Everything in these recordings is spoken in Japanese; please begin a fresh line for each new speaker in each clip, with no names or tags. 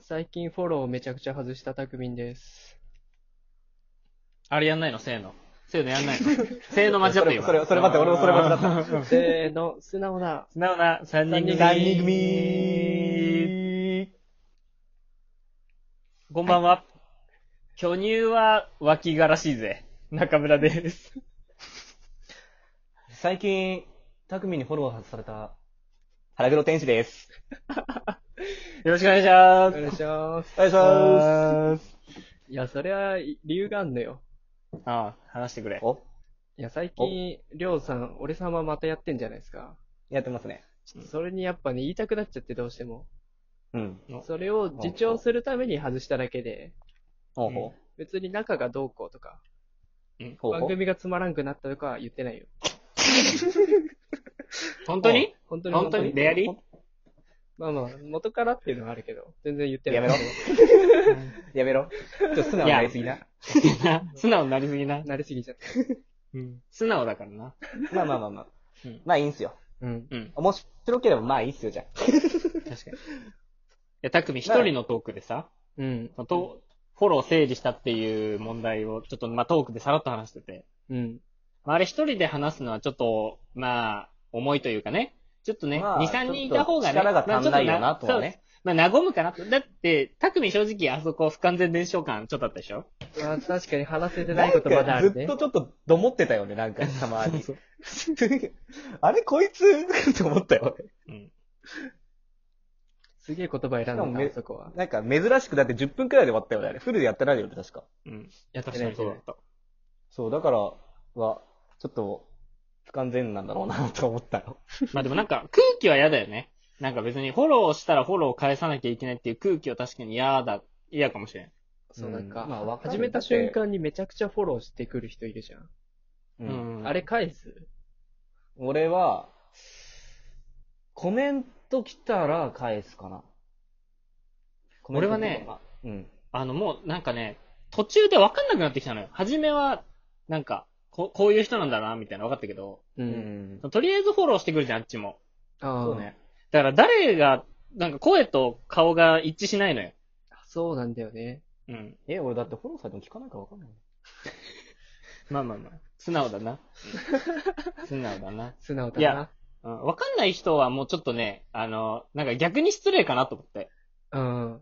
最近フォローをめちゃくちゃ外したたくみんです。
あれやんないのせーの。せーのやんないの。せーの間違った今。
それ、それ待って、俺もそれ間違った。
た。
せーの、素直な。
素直な三人組。
三人
組
こんばんは。巨乳は脇がらしいぜ。中村です。
最近、たくみにフォロー外された、腹黒天使です。
よろしくお願いしま
お願いします。
お願いします。
いや、それは理由があんのよ。
す。ああ、話してくれ。
お
いや、最近、りょうさん、俺様またやってんじゃないですか。
やってますね。
ちょっとそれにやっぱね、言いたくなっちゃってどうしても。
うん。
お
それを自重するために外しただけで、
ほうほ
別に仲がどうこうとか、
う。ほう
番
ほう。
組がつまらんくなったとかは言ってないよ。
本当に
本当に
本当にレアリー
まあまあ、元からっていうのはあるけど、全然言ってない。
やめろやめろ。ちょっと素直になりすぎな。
素直になりすぎな。
なりすぎちゃった。
素直だからな。
まあまあまあまあ
うん。
まあいいんすよ。
うん。
うん。
面白ければまあいいんすよ、じゃあ。
確かに。いや、たくみ一人のトークでさ、
うん。
そのとフォロー整理したっていう問題を、ちょっと、まあ、トークでさらっと話してて。
うん。
まあ、あれ一人で話すのはちょっと、まあ、重いというかね。ちょっとね、
まあ
2、3人いた方がね。
ちょっと力が足んないよ
まあ
な、とは。
ちょっと
ね。
なそうまあ、和むかなと。だって、たくみ正直あそこ不完全燃焼感ちょっとあったでしょ
まあ、確かに話せてな
ないん
ことまだ
か
あ
ず
る
っ
ね
と。ちょっとどもってたよね、なんか、たまに。 あれ、こいつと思ったよ。
うん。
すげえ言葉選んだ
しかも
な
め
そこは。
なんか珍しくだって10分くらいで終わったよね。あれフルでやってないよね、確か。
うん。いや、確かにそうだった。
そう、だからは、ちょっと、不完全なんだろうなと思ったよ。
まあでもなんか、空気は嫌だよね。なんか別にフォローしたらフォロー返さなきゃいけないっていう空気は確かに嫌だ、嫌かもしれん。
そう、なんか、
うんまあわかる
始めた瞬間にめちゃくちゃフォローしてくる人いるじゃん。
う
う
ん
あれ返す
俺は、コメント来たら返すかな。コメン
俺
ト
はね
来たら、うん。
あの、もう、なんかね、途中で分かんなくなってきたのよ。初めは、なんか、ここういう人なんだな、みたいなの分かったけど、
う。
うんん。
とりあえずフォローしてくるじゃん、あっちも。
ああ。
そうね。
だから誰が、なんか声と顔が一致しないのよ。
そうなんだよね。
うん。
え、俺だってフォローされても聞かないからわかんない。
まあまあまあ。素直だな。うん素直だな。
素直だ
い
な
や。うん。分かんない人はもうちょっとね、あの、なんか逆に失礼かなと思って。
うん。
う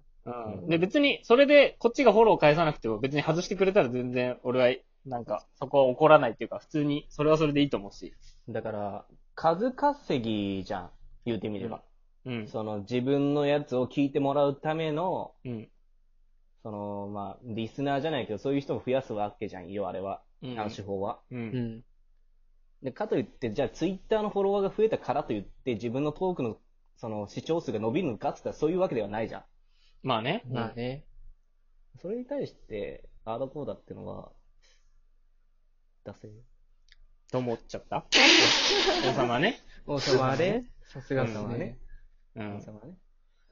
ん。で、別に、それで、こっちがフォロー返さなくても、別に外してくれたら全然、俺は、なんか、そこは怒らないっていうか、普通に、それはそれでいいと思うし。
だから、数稼ぎじゃん。言うてみれば。
うん。
その、自分のやつを聞いてもらうための、
うん。
その、まあ、リスナーじゃないけど、そういう人も増やすわけじゃん。要はあれは。
うん
あの手法は。
う。
うんん。
で、かといって、じゃあツイッターのフォロワーが増えたからといって、自分のトークの、その、視聴数が伸びるのかって言ったらそういうわけではないじゃん。
まあね。
まあ ね。
それに対して、アードコーダってのは、出せ
と思っちゃった。王様ね。
王様あれさすが様
王様
ね
ね。
うん。
様ね。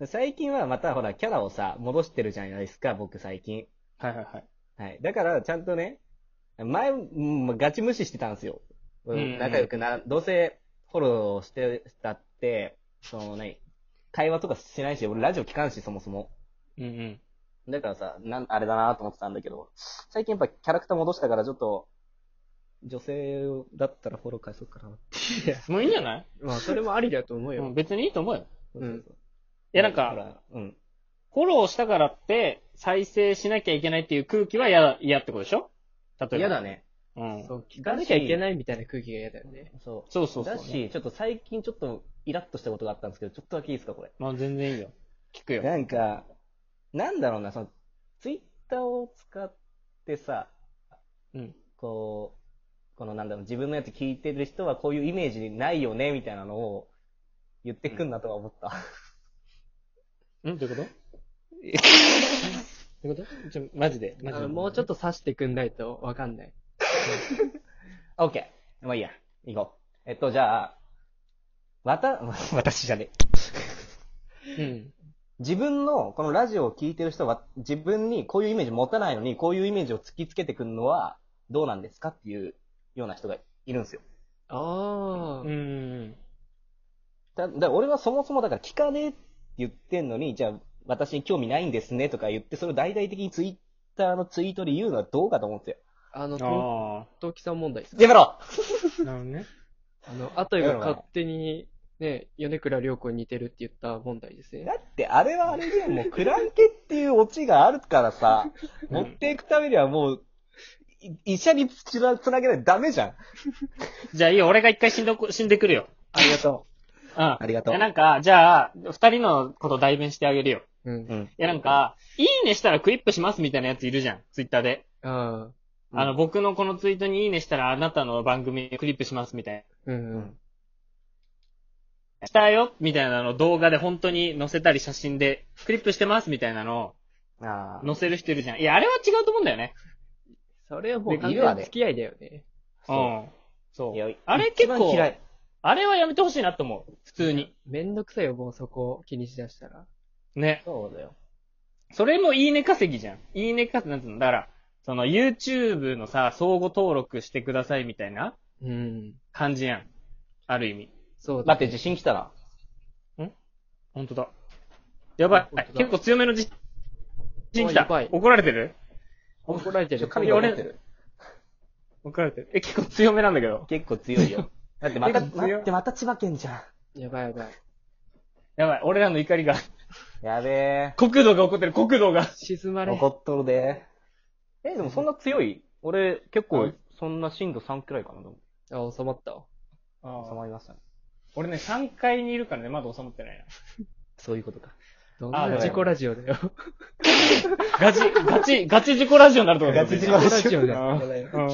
で最近はまたほら、キャラをさ、戻してるじゃないですか、僕最近。
はいはいはい。
はい。だから、ちゃんとね、前、うんガチ無視してたんですよ。
うん
仲良くな、どうせフォローしてたって、その何、会話とかしないし、俺ラジオ聞かんし、そもそも。
うんうん。
だからさ、なん、あれだなと思ってたんだけど、最近やっぱキャラクター戻したからちょっと、女性だったらフォロー返そうかな。
もういいんじゃない
まあ、それもありだと思う
うん
よ。
別にいいと思うよ。
そうそうそう
いやなん
ほ
か、
らうん。
フォローしたからって、再生しなきゃいけないっていう空気は嫌だ、嫌ってことでしょ例えば。
嫌だ。ね。
うん。
そう、聞かなきゃいけないみたいな空気が嫌だよね。
そ
そう
う。
そうそう
だ。し、ちょっと最近ちょっとイラッとしたことがあったんですけど、ちょっとだけいいですか、これ。
まあ全然いいよ。聞くよ。
なんか、なんだろうな、その、ツイッターを使ってさ、
うん。
こう、このなんだろう、自分のやつ聞いてる人はこういうイメージないよね、みたいなのを言ってくんなとは思った。
うんどういう ことどういうことちょ、マジで。マジ
あ
で。
のもうちょっと刺してくんないとわかんない。
オッケー。まあいいや。行こう。えっと、じゃあ、わた、 私じゃねえ。
うん。
自分の、このラジオを聞いてる人は、自分にこういうイメージ持たないのに、こういうイメージを突きつけてくるのは、どうなんですかっていうような人がいるんですよ。
ああ
う。ん。
だ、だ俺はそもそもだから聞かねえって言ってんのに、じゃあ、私に興味ないんですねとか言って、それを大々的にツイッターのツイートで言うのはどうかと思うんですよ。
あの、と
あ
トキさん問題ですか
やめろ
あ。なるほどね。
あの、あたりが勝手に、ね、米倉涼子に似てるって言った問題です
だ
ね。
って、あれはあれじゃん、もう、クランケっていうオチがあるからさ、
うん
持っていくためにはもう、い医者につなつなげないとダメじゃん。
じゃあいいよ、俺が一回死んでこ、死んでくるよ。
ありがと
うん。
ありがと
い
う
や、なんか、じゃあ、二人のこと代弁してあげるよ。
うん。
う。うん。
いや、なんか、いいねしたらクリップしますみたいなやついるじゃん、ツイッターで。
ああ、
あの、僕のこのツイートにいいねしたらあなたの番組クリップしますみたい
うん
う
うん
ん。。
な。したよみたいなのを動画で本当に載せたり写真で、クリップしてますみたいなの
あ
を載せる人いるじゃん。いや、あれは違うと思うんだよね。
それはもう
で
完
いるわ
全
ね
に付き合いだよね。
う
そ
ん。そう
いや
う。あれ結
一番
構、
嫌い。
あれはやめてほしいなと思う。普通に。
めんどくさいよ、もうそこ気にしだしたら。
ね。
そうだよ。
それもいいね稼ぎじゃん。いいね稼ぎ、なんつうの。だから、その YouTube のさ、相互登録してくださいみたいな
うん。
感じやん。ある意味。
そうだ
待って、地震来たな。
ほんとだ。やばい
ほんと。だ
結構強めの地震来た
やばい。
怒られてる
怒られて
ちょ
る。
髪が折れてる。
怒られてる。え、結構強めなんだけど。
結構強いよ。だってまた、
結構強い
待って、また千葉県じゃ
やばいやばい。
やばい。俺らの怒りが、
ん。やべえ。
国土が怒ってる、国土が。
沈まれ。
怒っとるで。え、でもそんな強い俺、結
う
構
ん、
そんな震度3くらいかな、でも。
あ、収まったわ。
収まりましたね。
俺ね、3階にいるからね、まだ収まってない
そういうことか。
どんな事故ラジオだよ。
な。ガチ、ガチ、ガチ事故ラジオになると思う。
ガチ事故
ラジオだ
う
よ
ん。う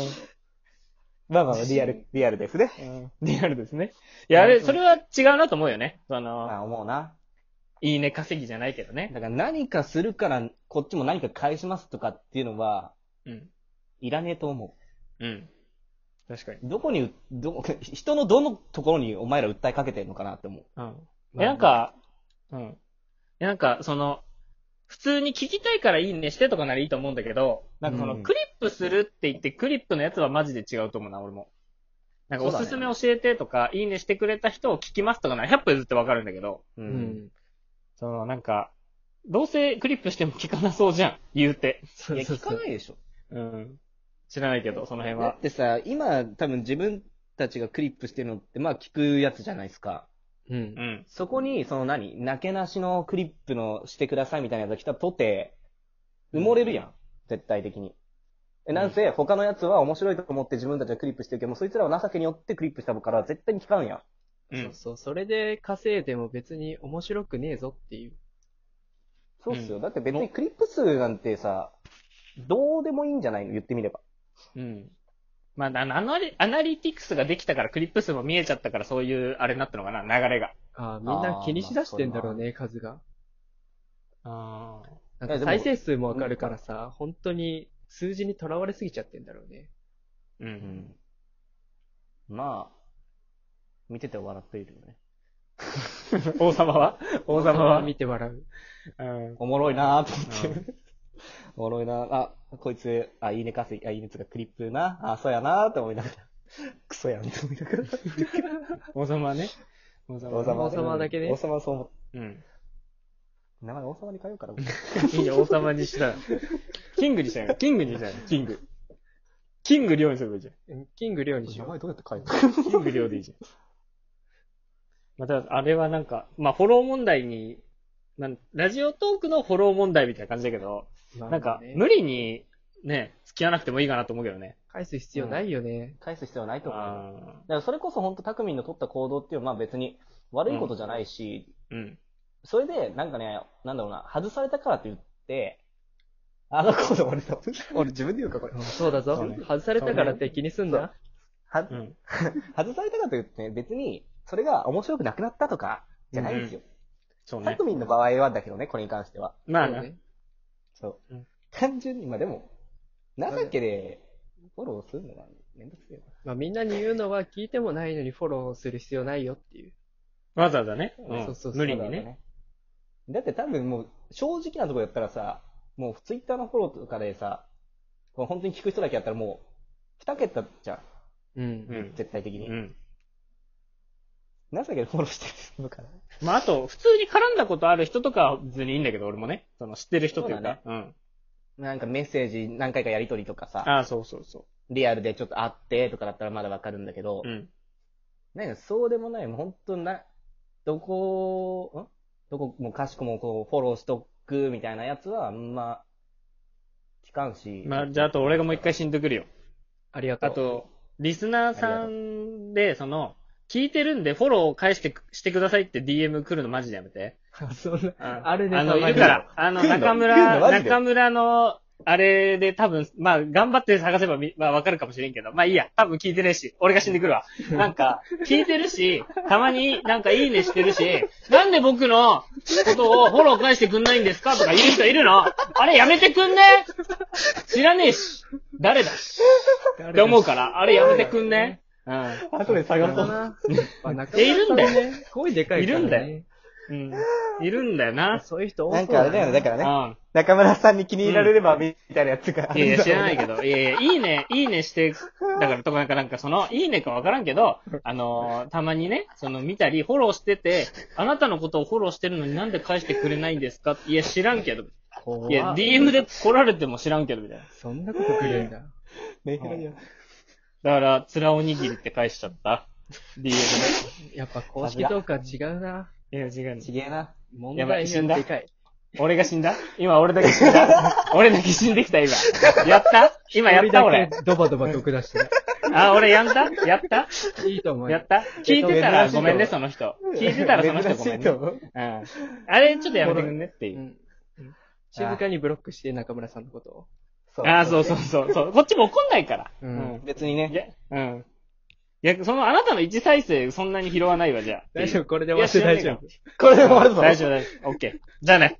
まあまあ、リアル、リアルですね。
ん。うんリアルですね。いや、あれ、それは違うなと思うよね。その、
あ、思うな。
いいね稼ぎじゃないけどね。
だから何かするから、こっちも何か返しますとかっていうのは、
うん。
いらねえと思
うん。確かに。
う。どこに、ど、人のどのところにお前ら訴えかけてるのかなって思う。
うん。
まあ
え、なんか、うん。え、なんか、その、普通に聞きたいからいいねしてとかならいいと思うんだけど、なんかその、
うん
クリップするって言って、クリップのやつはマジで違うと思うな、俺も。なんか、
そ
お
うだね
すすめ教えてとか、いいねしてくれた人を聞きますとかなら100歩譲ってわかるんだけど、
う
う。ん。
その、なんか、どうせクリップしても聞かなそうじゃん、言うて。
そ
いうや、
そう
聞
そ
か
う
な。いでしょ。
うん。知らないけど、その辺
だ
は
っ。てさ、今、多分自分たちがクリップしてるのって、まあ聞くやつじゃないですか。
うん
う。ん。
そこに、その何、なけなしのクリップのしてくださいみたいなやつが来たとて、埋もれるやん。絶対的に。え、なんせ、他のやつは面白いと思って自分たちはクリップしてるけども、そいつらは情けによってクリップしたから絶対に聞かんやん。
う。
そうんそう。それで稼いでも別に面白くねえぞっていう。
そうっすよ。
うん
だって別にクリップ数なんてさ、どうでもいいんじゃないの言ってみれば。
うん。まあ、あのアナリ、アナリティクスができたから、クリップ数も見えちゃったから、そういう、あれになったのかな、流れが。
ああ、みんな気にしだしてんだろうね、数が。
ああ。
なん
い
か
やでも
再生数もわかるからさ、本当に数字にとらわれすぎちゃってんだろうね。
う。。
うんまあ、見てて笑っているよね。
王様は王様は
見て笑う。
うん。
おもろいなーと思って。おもろいなーあ、こいつ、あ、いいねかせ、あ、いいねつがクリップな。あ、そうやなーって思いながら。 クソやんって思いな がら。
王様はね。王様は
王
ね
様
王様だけね
王様はそう思っ
うん。
名前王様に変えようかな。
いいよ、王様にしたら。キングにしたら、キングにしたら、キング。キング量にすればいいじゃん。
キング量にし
名
よ
前
う。
どうやって変える
キング量でいいじゃん。また、あれはなんか、まあ、フォロー問題に、なんラジオトークのフォロー問題みたいな感じだけど、
まあ
なんか、
ね
無理に、ね、付き合わなくてもいいかなと思うけどね。
返す必要ないよね。
返す必要はないと思う。だか
あ
らそれこそ本当タクミンの取った行動っていうのはまあ別に悪いことじゃないし、
ーうん。
それで、なんかね、なんだろうな、外されたからって言って、あの子供俺だ、 俺自分で言うか、これ。
うんそうだ
そ
ぞ
うね。
外されたからって気にすん
そう
な。
は
うん。
外されたからと言って、別に、それが面白くなくなったとか、じゃないんですよ。
そう
タ
ね
ク。ミンの場合はだけどね、これに関しては。
まあ
そう
ね。
ね
そ
う
う。
ん
単純に、まあでも、情けで、フォローするのはめんどくせえよ。
まあみんなに言うのは聞いてもないのにフォローする必要ないよっていう。
わざわざね。
そうそうそう
無理に
わざわ
ね
ざ。。だって多分もう、正直なところやったらさ、もうツイッターのフォローとかでさ、こう本当に聞く人だけやったらもう、二桁じゃん。
うん。
うん。
絶対的に。
うん。
なぜフォローしてるのかな
まあ、あと、普通に絡んだことある人とかは別にいいんだけど、俺もね。その、知ってる人という
そうだ
か
ね。
うん。
なんかメッセージ何回かやりとりとかさ、
ああ、そうそうそ
リアルでちょっと会ってとかだったらまだわかるんだけど
う。う、ん。
なんかそうでもない、もう本当な、どこ、んどこもかしこもこうフォローしとくみたいなやつは、あんま、聞かんし。
まあ、じゃあ、あと俺がもう一回しんどくるよ。
ありがとう。
あと、リスナーさんで、その、聞いてるんで、フォロー返してく、してくださいって DM 来るのマジでやめて。
そん
う
な、
ん
あれで
あの、
騒
い
がれ
る
る
から。あの、
来るの
中
来るの
村、
マジで
中村の、あれで多分、まあ、頑張って探せばみ、まあ、わかるかもしれんけど、まあいいや、多分聞いてねえし、俺が死んでくるわ。なんか、聞いてるし、たまになんかいいねしてるし、なんで僕のことをフォロー返してくんないんですかとか言う人いるのあれやめてくんね知らねえし、誰だし、って思うから、あれやめてくんねうん。
後で探
そうだ
そう。
な。やっぱなかなか
いるんだよ
ね。すごいでかいから、ね。
いるんだよ。うん。いるんだよな。
そういう人多そ
な
うね
んかあれだよね、だから
う
ね、
ん。
中村さんに気に入られれば、みたいなやつがあ
い
る
やい
んだろうね
や、知ら ないけど、いやいや、いいね、いいねして、だから、とかなんか、なんか、その、いいねかわからんけど、あのーたまにね、その、見たり、フォローしてて、あなたのことをフォローしてるのになんで返してくれないんですかいや、知らんけど。
怖っ
いや、DM で来られても知らんけど、みたいな。
そんなことくるんだ。
メールには
だから、つらおにぎりって返しちゃった。DM
やっぱ公式とか違うな。
で。いや、違う
ちげえな。
問
やば
題
い死んだ
がでかい。
俺が死んだ今、俺だけ死んだ。俺だけ死んできた、今。やった今やった、
俺
俺。
だけドバドバ毒出してる。
あ、俺やんだやった
いいと思う
や
よ
っ。た聞いてたら
珍しいと思
ご
う
めんね、その人。聞いてたらその人ごめんね。うん。
ね。
あれ、ちょっとやめてくんねっていうう。
ん静かにブロックして、中村さんのことを。
ああ、そう
そ
そうそうそう。こっちも怒んないから。
う
うんん
う。。別にね
い。や、うん。いや、そのあなたの一再生そんなに拾わないわ、じゃあ。
大丈夫、これで
い
終わ
や
って
知らね
大丈夫。
えから
これで終わるぞ。
大丈夫、大丈夫。オッケー。じゃあね。